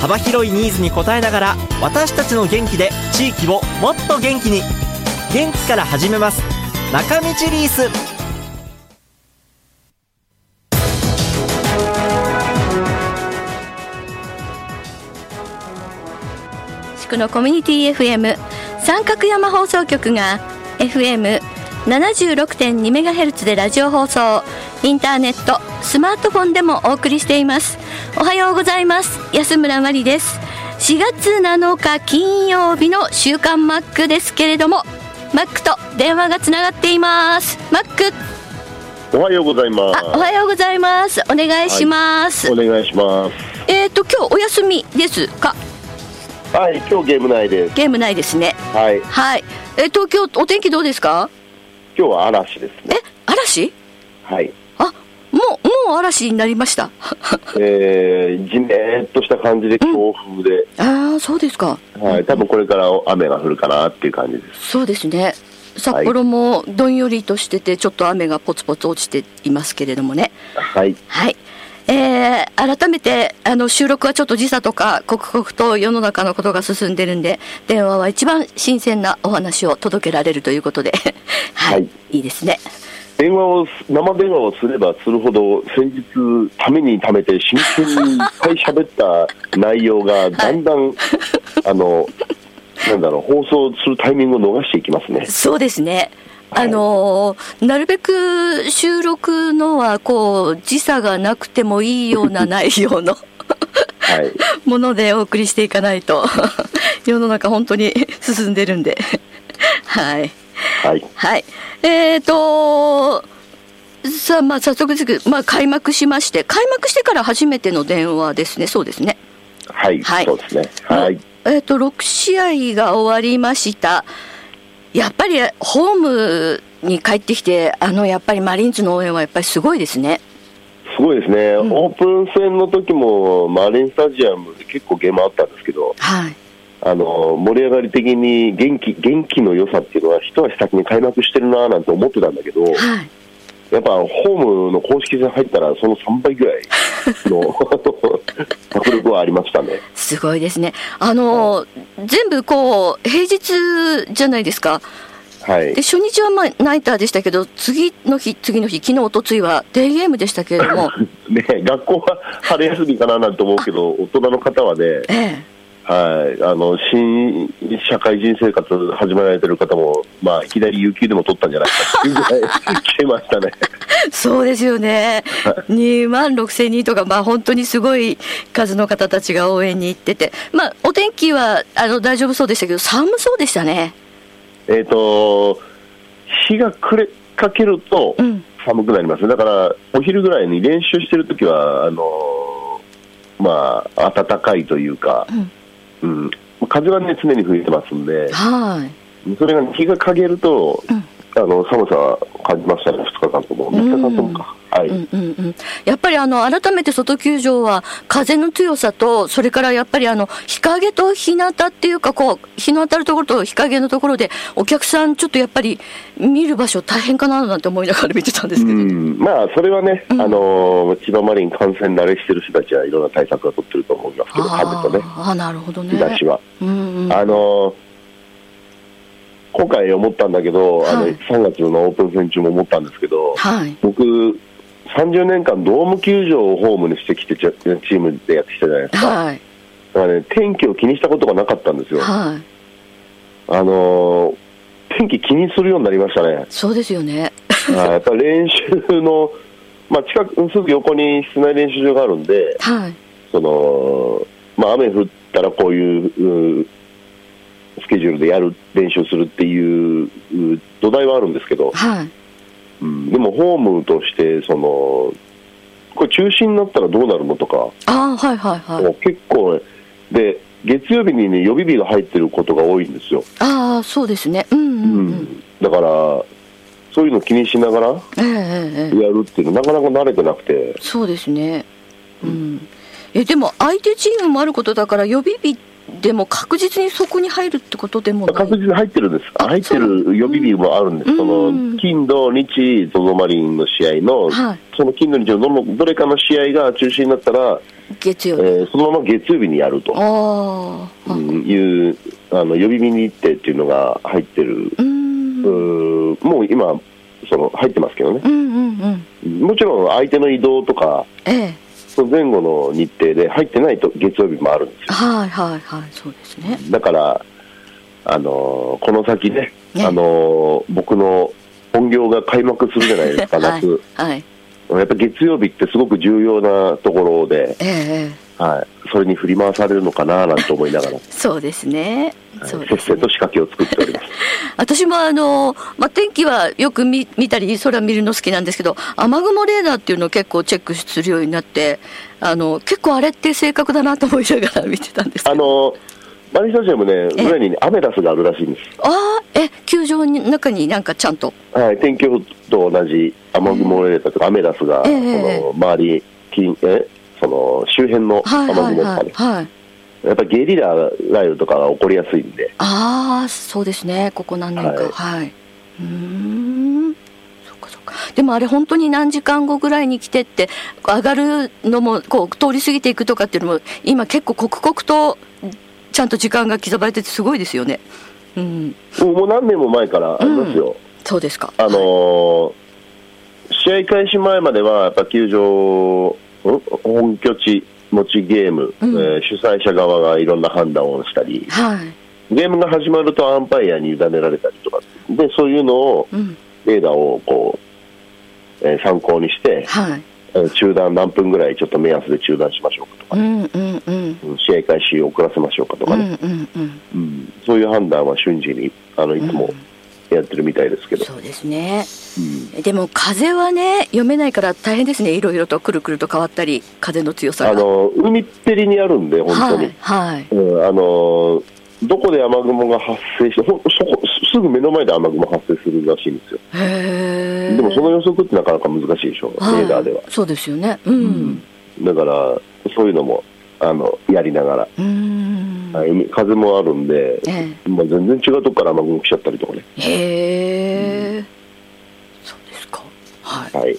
幅広いニーズに応えながら私たちの元気で地域をもっと元気に元気から始めます中道リース地区のコミュニティ FM 三角山放送局が FM76.2 メガヘルツでラジオ放送インターネットスマートフォンでもお送りしていますおはようございます安村真理です4月7日金曜日の週刊マックですけれどもマックと電話がつながっていますマックおはようございます。あおはようございますお願いします、お願いします。えっ、と今日お休みですかはい、今日ゲーム内です。ゲームないですねはい、はいえ東京お天気どうですか今日は嵐ですえね。嵐はい。あもうもう嵐になりました えー、じめーっとした感じで強風で、ああそうですかはい、多分これから雨が降るかなっていう感じです。そうですね札幌もどんよりとしててちょっと雨がポツポツ落ちていますけれどもねはい。はいえー、改めてあの収録はちょっと時差とか刻々と世の中のことが進んでるんで電話は一番新鮮なお話を届けられるということで はい、はいい、いですね電話を、生電話をすればするほど、先日、ためにためて真剣にいっぱい喋った内容が、だんだん、あの、なんだろう、放送するタイミングを逃していきますね。そうですね。はあいのーなるべく収録のはこう時差がなくてもいいようなないようなはい。 ものでお送りしていかないと 世の中本当に進んでる んではいはい。はいえーとさあまあ早速ですけど、まあ、開幕しまして開幕してから初めての電話ですねそうですねはい。はいそうですね。はい。えっ、と、6試合が終わりました。やっぱりホームに帰ってきて、あの、やっぱりマリーンズの応援はやっぱりすごいですね。すごいですね、オープン戦の時もマリンスタジアムで結構ゲームあったんですけど、はい。あの盛り上がり的に元気元気の良さっていうのは、一足先に開幕してるなーなんて思ってたんだけど、はい。やっぱホームの公式戦入ったら、その3倍ぐらい の迫力はありましたね。すごいですね。あの、全部こう、平日じゃないですか。はいで、、初日はまあナイターでしたけど、次の日、次の日、昨日、おとついはデーゲームでしたけれど も、ね学校は春休みかななんて思うけど、大人の方はね、ええ。はい、あの新社会人生活始められてる方も、まあ、いきなり有給でも取ったんじゃないかっていうぐ らい来てましたね。そうですよね、2万6千人とか、まあ、本当にすごい数の方たちが応援に行ってて、まあ、お天気はあの大丈夫そうでしたけど、寒そうでしたね、えっと日が暮れかけるとうん寒くなります、だからお昼ぐらいに練習してるときはあのーまあ、暖かいというか、うん風は、ね、常に吹いてますんで、はいそれがね日が陰ると、あの寒さは感じましたね、2日間とも、3日間ともか。はいうんうんうん、やっぱりあの改めて外球場は、風の強さと、それからやっぱりあの日陰と日向っていうかこう、日の当たるところと日陰のところで、お客さん、ちょっとやっぱり見る場所、大変かななんて思いながら見てたんですけど。うん、まあそれはね、あのー千葉マリン感染慣れしてる人たちはいろんな対策を取ってると思いますけど、あ風とね、ーあー、なるほどね。日差しは。うんうん、あのー今回思ったんだけど、あのはい3月のオープン戦中も思ったんですけど、はい。僕、30年間ドーム球場をホームにしてきてちゃ、チームでやってきたじゃないですか、はい。だからね、天気を気にしたことがなかったんですよ、はい。あのー天気気にするようになりましたね。そうですよね。はいやっぱり練習の、まあ、近くすぐ横に室内練習場があるんで、はい。そのまあ、雨降ったらこういううスケジュールでやる練習するっていうう土台はあるんですけど、はい。うんでもホームとしてそのこれ中止になったらどうなるのとか、ああ、はいはいはもい。う結構、で、月曜日にね、予備日が入ってることが多いんですよ。ああ、そうですね。うんうんうん。だから、そういうの気にしながらやええええええるっていうの、なかなか慣れてなくて、そうですね。うん。え、でも相手チームもあることだから、予備日でも確実にそこに入るってことでもない確。実に入ってるんです、あ入ってそうる予備日もあるんです、うんそうんの金、土、日、ZOZO マリンの試合の、はいその金、土、日のどのどれかの試合が中止になったら、月え曜日。ーそのまま月曜日にやるとああ。はういんいう、あの予備日日程っていうのが入ってる、うーん。ううんーもう今、その入ってますけどね、うんうん。もちろん相手の移動とか、ええ。その前後の日程で入ってないと月曜日もあるんですよ。はいはいはい。そうですね。だから、あのーこの先ね、ねあのー僕の本業が開幕するじゃないですか、はい夏。。はい。やっぱ月曜日ってすごく重要なところで、ええええ。はい、それに振り回されるのかななんて思いながら、はいそうですね。そうせでっすせねと。仕掛けを作っ ております。私もあの、まあ、天気はよく見見たり空見るの好きなんですけど雨雲レーダーっていうのを結構チェックするようになってあの結構あれって正確だなと思いながら見てたんですけあどのーマリンスタジアムね、え裏にね、アメダスがあるらしいんです。ああえ球場の中になんかちゃんとはい、天気予報と同じ雨雲レーダーとか、アメダスが、えそえの周り、近えその周辺のはい雨はい雲とかはいね、はいやっぱりゲリラ雷雨とかが起こりやすいんで、ああそうですねここ何年かははいい、うーんそっかそっかでもあれ本当に何時間後ぐらいに来てって上がるのもこう通り過ぎていくとかっていうのも今結構刻々とちゃんと時間が刻まれててすごいですよねうんもうもう何年も前からありますよ、そうですかあのー試合開始前までは、やっぱ球場、ん本拠地持ちゲーム、うんえー主催者側がいろんな判断をしたり、はいゲームが始まるとアンパイアに委ねられたりとか、でそういうのを、うんレーダーをこう、えー参考にして、はいえー中断、何分ぐらいちょっと目安で中断しましょうかとうか、んうんうんうん試合開始遅らせましょうかとうかんね。うんうんうんそういう判断は瞬時にあのいつもやってるみたいですけど、そうですねうんでも風はね読めないから大変ですねいろいろとくるくると変わったり風の強さがあの海っぺりにあるんで、本当に、はいはいうんあのどこで雨雲が発生してほんそこ、すすぐ目の前で雨雲発生するらしいんですよ、へえでもその予測ってなかなか難しいでしょ、レーダーでは。そうですよねうんだから、そういうのもあのやりながら、うーんはい海風もあるんで、えまあ、全然違うとこから雨雲来ちゃったりとかね。えへえそうですかはいはい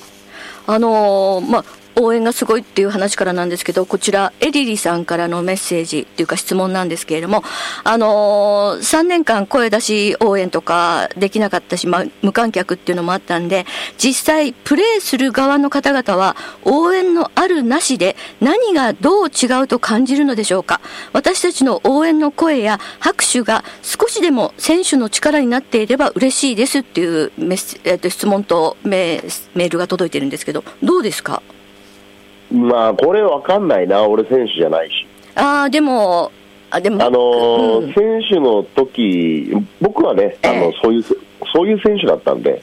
あのーまあ応援がすごいっていう話からなんですけどこちらエリリさんからのメッセージっていうか質問なんですけれども、あのー、3年間声出し応援とかできなかったし、まあ、無観客っていうのもあったんで実際プレーする側の方々は応援のあるなしで何がどう違うと感じるのでしょうか私たちの応援の声や拍手が少しでも選手の力になっていれば嬉しいですっていうメッセ、えっと質問とメメールが届いてるんですけどどうですかまあ、これ分かんないな、俺、選手じゃないし。あーでもあでもあのーうん選手の時僕はね、あえのえそういうそういう選手だったんで、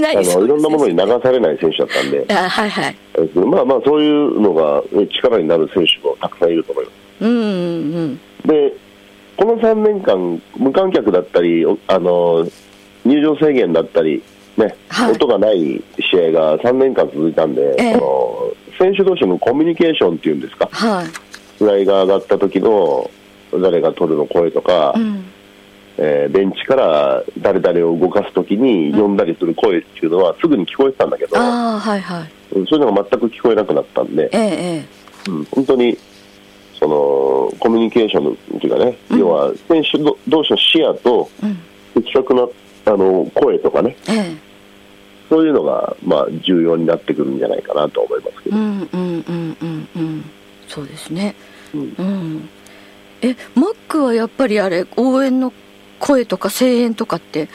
何のそいろんなものにに流されない選手だったんで、あはいはいまあまあ、そういうのがえ力になる選手もたくさんいると思いまうんうんうんす。で、この3年間、無観客だったり、おあのー入場制限だったり、ねはい音がない試合が3年間続いたんで、ええその選手同士のコミュニケーションっていうんですか、はいフライが上がった時の誰が取るの声とか。うんえーベンチから誰々を動かすときに呼んだりする声っていうのはすぐに聞こえてたんだけど、ああはいはいうんそういうのが全く聞こえなくなったんで、えええうん本当にそのコミュニケーションのっていうかね、うん要は選手ど同士の視野とえうん的確なあの声とかね、ええそういうのが、まあ、重要になってくるんじゃないかなと思いますけうど、んうんうんうんうんそうですねううんん、えマックはやっぱりあれ応援の声とか声援とかってん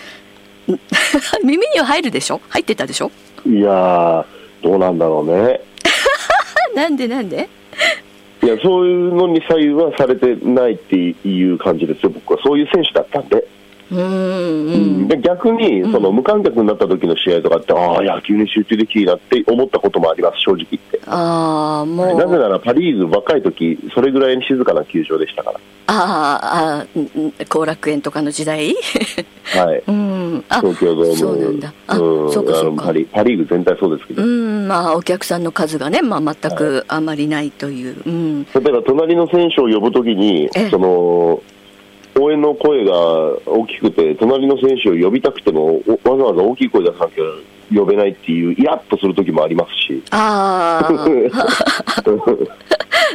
耳には入るでしょ入ってたでしょいやー、どうなんだろうね。あなんでなんでいやそういうのに左右はされてないっていう感じですよ、僕はそういう選手だったんで、うんううんんで逆にその無観客になった時の試合とかって、ああ、野球に集中できるなって思ったこともあります、正直言って。ああもなぜうならパ・リーグ、若い時それぐらいに静かな球場でしたかあーあーうんうん後楽園とかの時代ら、はい、うんあ東京ドーム、そうなんだあうんそうかあそのうかパリパ・リーグ全体そうですけど、うんまあお客さんの数がね、まあ、全くあまりないという、うんだから隣の選手を呼ぶときにええ、その応援の声が大きくて、隣の選手を呼びたくても、おわざわざ大きい声出さなきゃ呼べないっていう、イラッとするときもありますし。ああ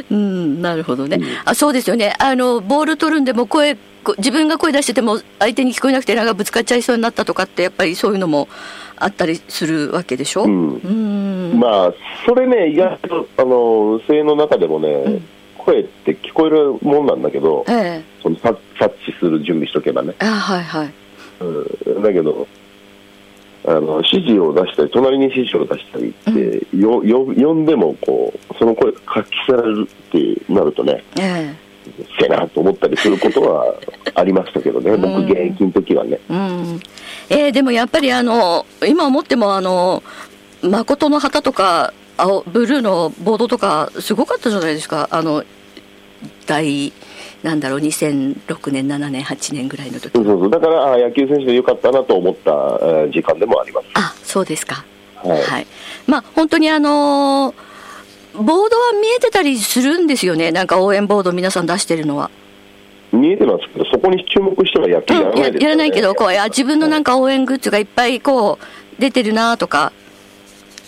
うんなるほどね、あそうですよねあのボール取るんでも声こ自分が声出してても相手に聞こえなくてなんかぶつかっちゃいそうになったとかってやっぱりそういうのもあったりするわけでしょ、 うんうんまあ、それね、意外と、あの、声援の中でもね、声って聞こえるもんなんだけど、ええその察察知する準備しとけばね。あはいはいうん、だけど、あの、指示を出したり、隣に指示を出したりって、よよ呼んでも、こう、その声が発揮されるってなるとね、えせやなと思ったりすることはありましたけどね、僕、現役の時はね。えうんええでもやっぱりあの今思ってもあの誠の旗とか青ブルーのボードとかすごかったじゃないですかあの第なんだろう2006年7年8年ぐらいの時そうそうそう。だから、あ野球選手でよかったなと思ったえー時間でもあります。あそうですか、ははいいまあ本当にあのーボードは見えてたりするんですよねなんか応援ボード皆さん出してるのは、見えてますけど、そこに注目しては野球やらうんなやいですよねやらないけどこうあ自分のなんか応援グッズがいっぱいこう出てるなとか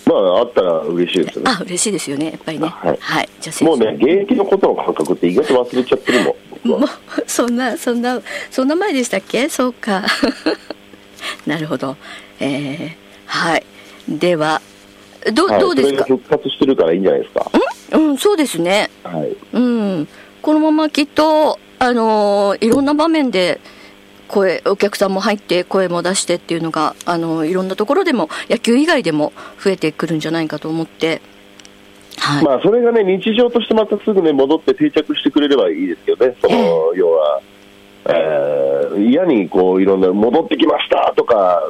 まあ、あったら嬉しいですよね。あ嬉しいですよねやっぱりねははいい、じゃあ先生もうね、現役のことの感覚って意外と忘れちゃってるもん。僕はもうそんなそんなそんな前でしたっけそうか なるほどえー、はいではど,、はいどうですかそれが復活してるからいいんじゃないですか。うんそうですねはい。うん、このままきっと、あのーいろんな場面で声お客さんも入って声も出してっていうのが、あのーいろんなところでも野球以外でも増えてくるんじゃないかと思って、はいまあ、それがね、日常としてまたすぐね、戻って定着してくれればいいですけどね、その、要は、えー嫌にこう、いろんな、戻ってきましたとか、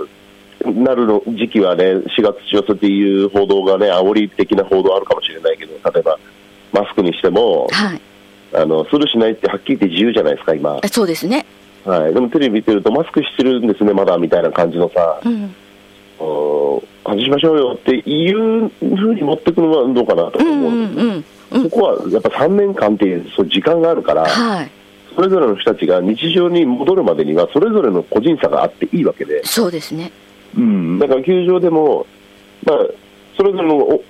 なるの時期はね、4月中卒っていう報道がね、煽り的な報道あるかもしれないけど、例えば、マスクにしても、はいあの、するしないってはっきり言って自由じゃないですか、今。え、そうですね、はい。でもテレビ見てると、マスクしてるんですね、まだ、みたいな感じのさ、うんお外しましょうよっていうふうに持ってくのはどうかなとうん思ううんですんうんうそんこはやっぱ3年間っていうそう時間があるから、はいそれぞれの人たちが日常に戻るまでには、それぞれの個人差があっていいわけで、そうですねだから球場でも、まあ、それぞれのお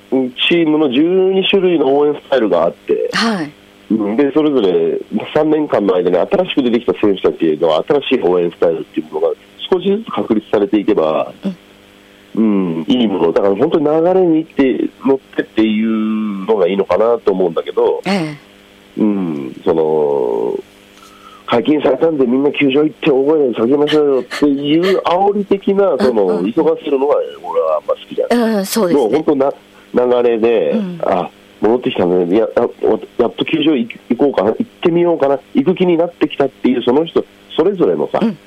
チームの12種類の応援スタイルがあって、はいうんでそれぞれ3年間の間に新しく出てきた選手たちの新しい応援スタイルっていうものが少しずつ確立されていけば、うんいいもの、だから本当に流れに行って乗ってっていうのがいいのかなと思うんだけど、えうん、その解禁されたんでみんな球場行って大声で叫びましょうよっていう煽り的なそうんうのん急がせるのが俺はあんま好きじゃないえ、うん、そうですもうね本当な流れで、うんあ戻ってきたね、いやあおやっと球場行行こうかな、行ってみようかな、行く気になってきたっていう、その人、それぞれのさ、うん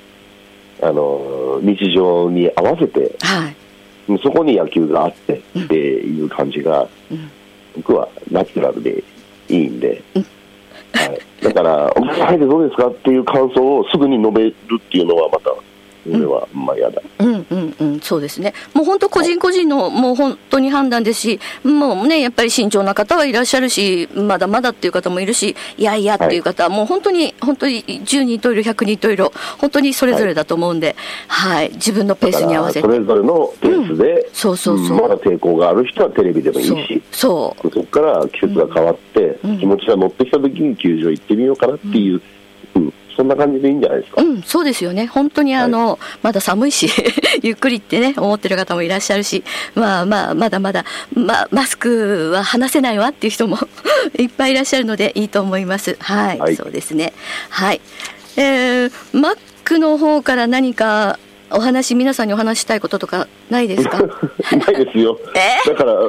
あの日常に合わせて、はいそこに野球があってっていう感じが、ん僕はナチュラルでいいんで、はい、だから、お前、入ってどうですかっていう感想をすぐに述べるっていうのは、また、俺は、まあ嫌だ。うんうんうん、そうですね、もう本当、個人個人のもう本当に判断ですし、もうね、やっぱり慎重な方はいらっしゃるし、まだまだっていう方もいるし、いやいやっていう方は、もう本当に、本当に10人といろ、100人といろ、本当にそれぞれだと思うんで、はい、自分のペースに合わせてだか、らそれぞれのペースで、そうそうそうんまだ抵抗がある人はテレビでもいいそうし、そう、そこから季節が変わって、うん気持ちが乗ってきた時に球場行ってみようかなっていう、うんそんな感じでいいんじゃない ですか。うん、そうですよね、本当にあの、まだ寒いし、 ゆっくりってね、思ってる方もいらっしゃるし、まあまあ、まだまだ、まあ、マスクは話せないわっていう人も いっぱいいらっしゃるので、いいと思います。はい、はいそうですね。はい。えー、マックの方から何かお話、皆さんにお話ししたいこととかないですか ないですよ。だから、まあ、あ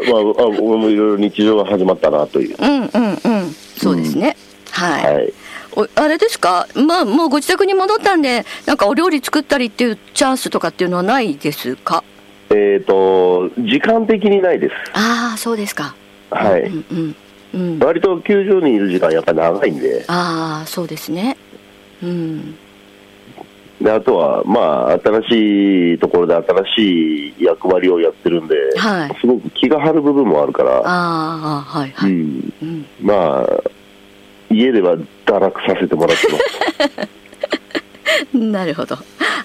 俺もいろいろ日常が始まったなという。うんうんうん、そうですね。はい。はい。おあれですか、まあ、もうご自宅に戻ったんで、なんかお料理作ったりっていうチャンスとかっていうのはないですか。えっ、と、時間的にないです。ああ、そうですか。はい。うんうん。うん、割と球場にいる時間やっぱり長いんでああ、そうですね。うん。であとはまあ新しいところで新しい役割をやってるんで、はいすごく気が張る部分もあるから、ああ、はい、うはい。ん、うん。まあ家では堕落させてもらってま すなるほど。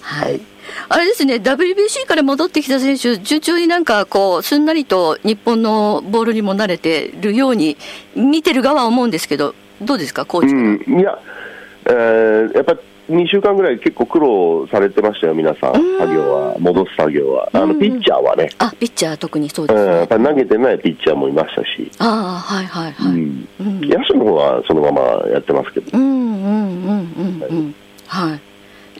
はい。あれですね、WBC から戻ってきた選手、順調になんかこう、すんなりと日本のボールにも慣れてるように、見てる側は思うんですけど、どうですか、コーチ。うんいや、えーやっぱ2週間ぐらい結構苦労されてましたよ皆さんうん作業は戻す作業はあうのんピッチャーはね、あ、ピッチャー特にそううですん、やねっ。ぱ投げてないピッチャーもいましたし、ああ、はいはいはい。うん、うん、野手の方はそのままやってますけどうんうんうんうんうん。はい。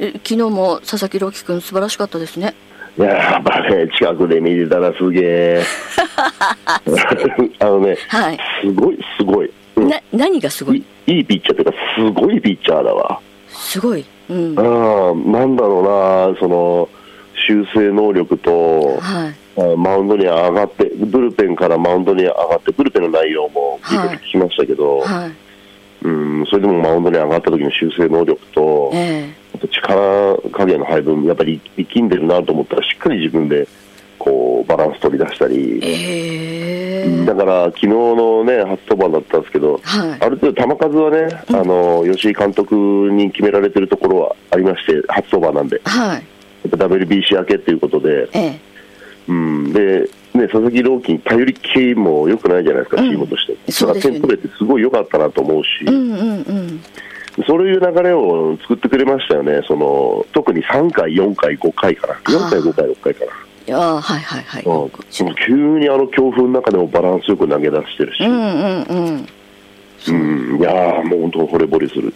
え昨日も佐々木朗希君素晴らしかったですね。いややっぱね、近くで見てたらすげえ。 あのね、はい。すごい、すごい。うんな何がすごいい？いいピッチャーというか、すごいピッチャーだわ。すごい。うん。はうん、なんだろうな、その、修正能力と、い。あマウンドに上がって、ブルペンからマウンドに上がって、ブルペンの内容も聞はいいてきましたけど、はい。うん、それでもマウンドに上がった時の修正能力と、えあと力加減の配分、やっぱり力んでるなと思ったら、しっかり自分で、こう、バランス取り出したりえ。、ええ。だから昨日のね初登板だったんですけど、はいある程度、球数はね、あの吉井監督に決められてるところはありまして、初登板なんで、はい。やっぱ WBC 明けっていうことで、ええ。うん、で、ね、佐々木朗希に頼り系も良くないじゃないですか、うんチームとして。そうですよねだから点取れてすごい良かったなと思うし、うんうんうん。そういう流れを作ってくれましたよね、その特に3回、4回、5回かな、4回、5回、6回かな、いやーはいはいはい。うん、その急にあの強風の中でもバランスよく投げ出してるし。うんうんうん。うん、いやーもう本当惚れ惚れする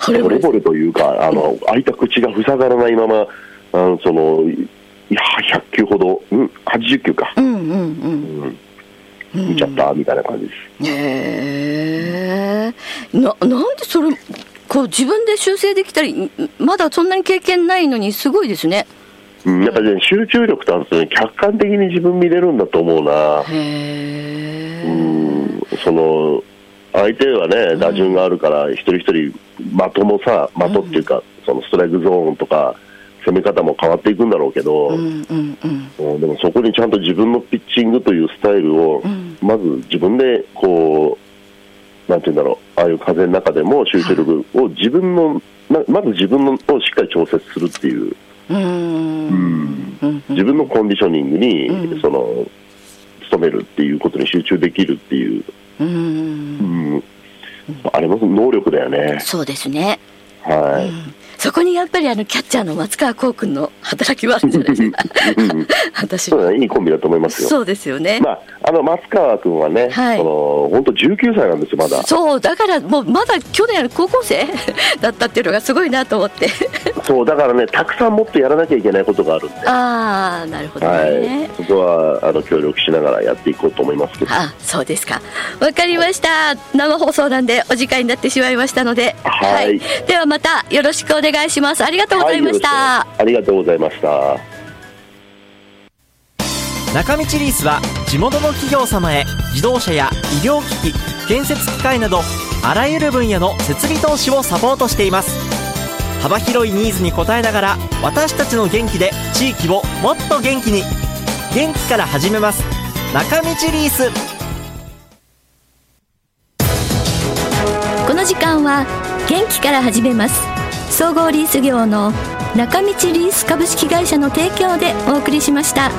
これ惚これれ惚れというかあの開いた口が塞がらないままあのそのいいやー100球ほど、うん、80球かう、んうんうん。うん、見ちゃったみたいな感じですへえななんでそれこう自分で修正できたりんまだそんなに経験ないのにすごいですねうん、やっぱり、ね、集中力とあと、ね、客観的に自分見れるんだと思うな、へえうん、その相手はね打順があるから一人一人的もさ的っていうか、そのストライクゾーンとか攻め方も変わっていくんだろうけど、うんうんうんうんでもそこにちゃんと自分のピッチングというスタイルを、んまず自分でこう、なんていうんだろう、ああいう風の中でも集中力を自分の、ままず自分のをしっかり調節するっていう、うーんうん自分のコンディショニングに、うんその、努めるっていうことに集中できるっていう、うんうんあれも能力だよね。そうですねはい。そこにやっぱりあのキャッチャーの松川幸君の働きはあるんじゃないですかうん私そうだね、いいコンビだと思いますよ。そうですよね、まあ、あの松川君はね、はいその本当19歳なんですよ、まだ。そうだからもうまだ去年高校生 だったっていうのがすごいなと思ってそうだからね、たくさんもっとやらなきゃいけないことがあるんで、ああなるほどね、はい、そこはあの協力しながらやっていこうと思いますけど、はあそうですかわかりました生放送なんでお時間になってしまいましたのではいではまたよろしくお願いしますありがとうございました、よろしくありがとうございました。中道リースは地元の企業様へ自動車や医療機器建設機械などあらゆる分野の設備投資をサポートしています幅広いニーズに応えながら私たちの元気で地域をもっと元気に元気から始めます中道リースこの時間は元気から始めます総合リース業の中道リース株式会社の提供でお送りしました